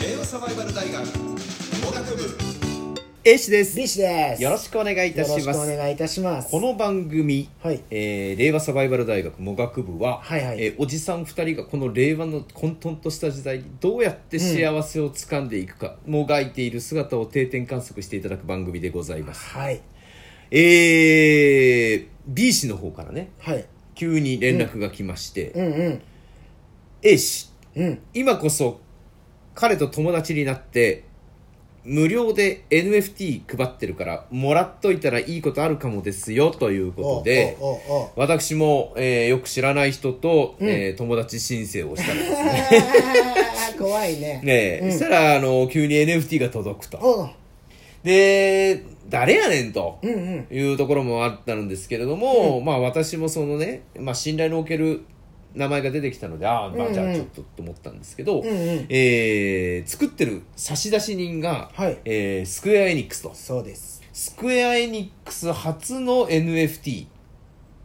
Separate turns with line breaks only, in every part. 令和サバイバル大学農学部
A 氏です
ビシです。
よろしくお願いいたし
よ
ま
ろしくお
す
願いいたします。
この番組、
はい
えー令和サバイバル大学農学部は、
はいはい
えーおじさん2人がこの令和の混沌とした時代にどうやって幸せをつかんでいくか、もがいている姿を定点観測していただく番組でございます
はい
えー、B 氏の方からね
はい
急に連絡が来まして、
うん
A 氏
うんうん
今こそ彼と友達になって無料で NFT 配ってるからもらっといたらいいことあるかもですよということで
おうおうお うおう
私も、えーよく知らない人と、えー友達申請をした んですね
怖いね。
ねえ、そしたらあの急に NFT が届くと
おう
で誰やねんと、
うんうん
いうところもあったんですけれども、まあ私もそのね、まあ、信頼のおける名前が出てきたのでああまあじゃあちょっとと思ったんですけど、
んうん
えー作ってる差出人が、
はい
えースクエア・エニックスと
そうです。
スクエア・エニックス初の NFT と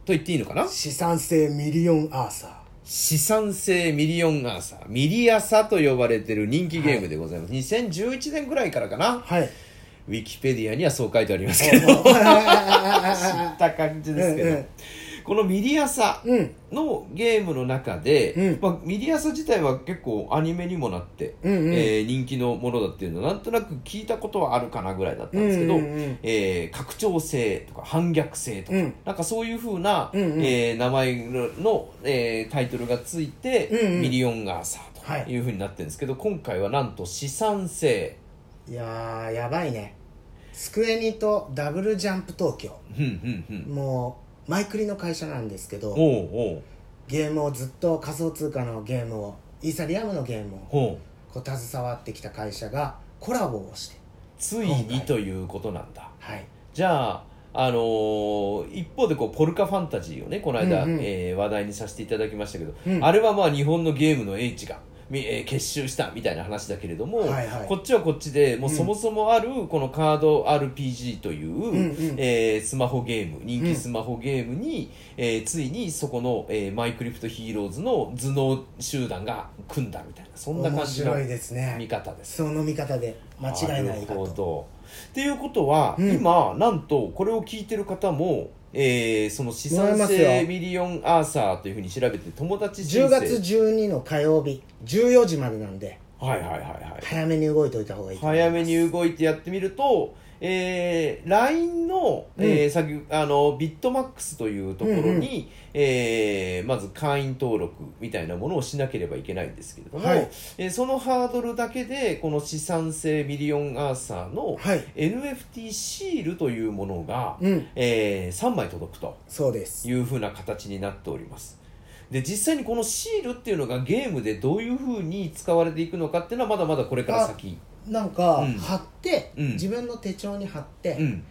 言っていいのかな
資産性ミリオンアーサ
資産性ミリオンアーサーミリアサと呼ばれてる人気ゲームでございます、2011年ぐらいからかな
ー。はい。
ウィキペディアにはそう書いてありますけど知った感じですけど、
うんうん
このミリアサ
うん
のゲームの中で、
うん
まあ、ミリアサ自体は結構アニメにもなって、
うんうん
えー人気のものだっていうのはなんとなく聞いたことはあるかなぐらいだったんですけど、
うんうんうん
えー拡張性とか反逆性とか、
うん
なんかそういうふうな、
うんうん
えー名前の、えータイトルがついて、
うんうん
ミリオンガーサーというふうになってるんですけど、今回はなんと資産性。
いやーやばいね。スクエニとダブルジャンプ東京
うんうんうん
もうマイクリの会社なんですけど
おうおう
ゲームをずっと仮想通貨のゲームをイーサリアムのゲームを
ほう
こう携わってきた会社がコラボをして
ついにということなんだ
はい
じゃああのー一方でこうポルカファンタジーをねこの間、
うんうん
えー話題にさせていただきましたけど、
うん
あれはまあ日本のゲームの英知が、みえー結集したみたいな話だけれども、
はいはい
こっちはこっちでもうそもそもあるこのカード RPG という、
んうん
えースマホゲーム人気スマホゲームに、えーついにそこの、えーマイクリフトヒーローズの頭脳集団が組んだみたいなそんな感
面
じの
白いですね
見方です。
その見方で間違いない
な
か
るほ
と
どっていうことは、
うん
今なんとこれを聞いてる方も、えーその資
もら
産
えます
性
よ
ミリオンアーサーというふうに調べて友達申請
10月12の火曜日14時までなんで
はいはいはいはい
早めに動いておいた方がいいと思いま
早
す
めに動いてやってみると、えー、LINE の,、えー先あのビットマックスというところに、
うんうん
えーまず会員登録みたいなものをしなければいけないんですけれども、
はい
えーそのハードルだけでこの資産性ミリオンアーサーの
はい
NFT シールというものが、
うん
え3枚届くと
そうです
いうふうな形になっております。で実際にこのシールっていうのがゲームでどういうふうに使われていくのかっていうのはまだまだこれから先。
なんか
うん
貼って、
うん
自分の手帳に貼って、
うん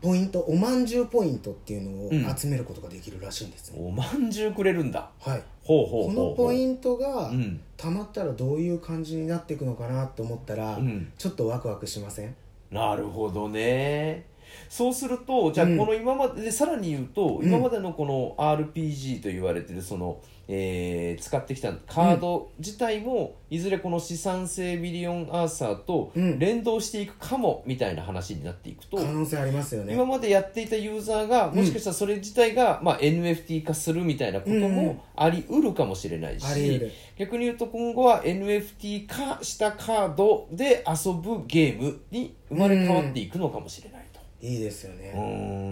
ポイントおまんじゅうポイントっていうの
うん
を集めることができるらしいんですね、
おまんじゅうくれるんだ
はい
ほうほう
こ
ほうほ
の
う
ポイントが
うん
たまったらどういう感じになっていくのかなと思ったら、
うん
ちょっとワクワクしません
なるほどねそうするとじゃあ
う
こ
ん
の今まででさらに言うと、
ん
今までのこの RPG と言われてるその、えー使ってきたカード自体も、いずれこの資産性ミリオンアーサーと
うん
連動していくかもみたいな話になっていくと、
可能性ありますよね
今までやっていたユーザーがもしかしたらそれ自体が、まあ、NFT 化するみたいなこと
うんう
も
ん
ありうるかもしれないし、
あり得る
逆に言うと今後は NFT 化したカードで遊ぶゲームに生まれ変わっていくのかもしれないと。
いいですよね、
うー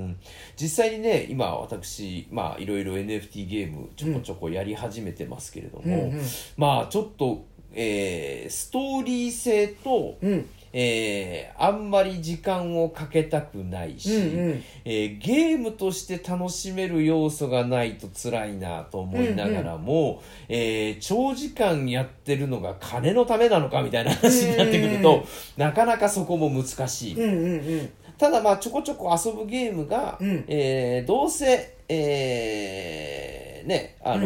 ん実際にね今私まあいろいろ NFT ゲームちょこちょこやり始めてますけれども、
うんうん
まあちょっと、えーストーリー性と、
うん
えーあんまり時間をかけたくないし、
うんうん
えーゲームとして楽しめる要素がないと辛いなと思いながらも、えー長時間やってるのが金のためなのかみたいな話になってくると、
うんう
なかなかそこも難しい。
うんうんうん
ただまあちょこちょこ遊ぶゲームが、
うん
えーどうせ、えーねあの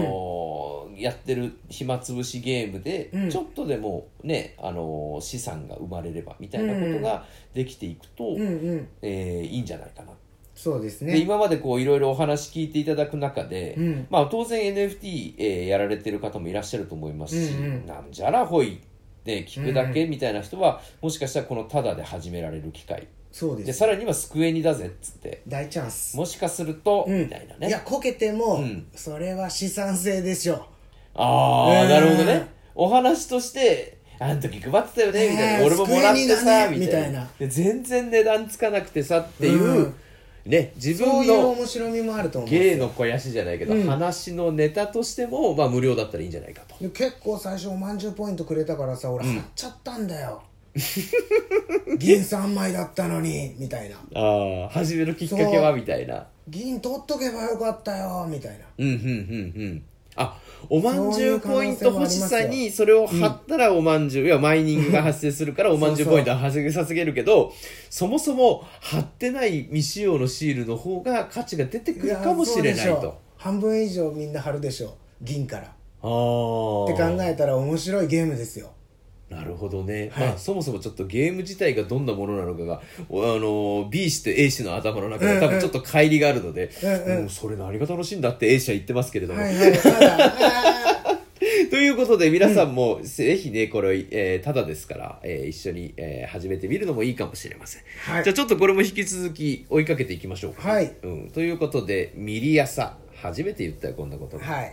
ーやってる暇つぶしゲームで、
うん
ちょっとでもね、あのー資産が生まれればみたいなことができていくと、
うんうん
えーいいんじゃないかな。
そうです
で
ね
今までこういろいろお話聞いていただく中で、
うん
まあ、当然 NFT、えーやられてる方もいらっしゃると思いますし、
うんうん
なんじゃらほいって聞くだけみたいな人は、もしかしたらこのタダで始められる機会
そうで
ですさらにはスクエニだぜっつって
大チャンス
もしかすると、
うん
みたいなね
いやこけても、
うん
それは資産性でしょ
ああ、
うん
なるほどねお話としてあの時配ってたよねみたいな、
ねえ
俺ももらって
救いにだ
さ、み
ね
たい
みたい
な
な
で全然値段つかなくてさっていう、
うん
ね自
そう
分
いう
の
面白みもあると思う
芸の肥やしじゃないけど、
うん
話のネタとしても、まあ、無料だったらいいんじゃないかと
で結構最初おまんじゅうポイントくれたからさ俺貼っちゃったんだよ、銀3枚だったのにみたいな
ああ始めるきっかけはみたいな
銀取っとけばよかったよみたいな
うんうんうんうんあおまんじゅうポイント欲しさにそれを
能性もありますよ
貼ったらおまんじゅう、いやマイニングが発生する からおまんじゅうポイントは発生させるけどそもそも貼ってない未使用のシールの方が価値が出てくるかもしれない
やそうで
と
ょ半分以上みんな貼るでしょ銀からって
ああ
考えたら面白いゲームですよ
なるほどね、
はい
まあ、そもそもちょっとゲーム自体がどんなものなのかが、おあのー B 氏と A 氏の頭の中
うんう
で多
ん
分ちょっと乖離があるので、
うんうん
もうそれ何が楽しいんだって A 氏は言ってますけれども、
はいはいまだ あ
ということで皆さんもぜひねこれ、えーただですから、えー一緒に、えー始めてみるのもいいかもしれません、
ーはい
じゃあちょっとこれも引き続き追いかけていきましょうか、
はい
うん、ということで「ミリヤサ」初めて言ったよこんなこと
はい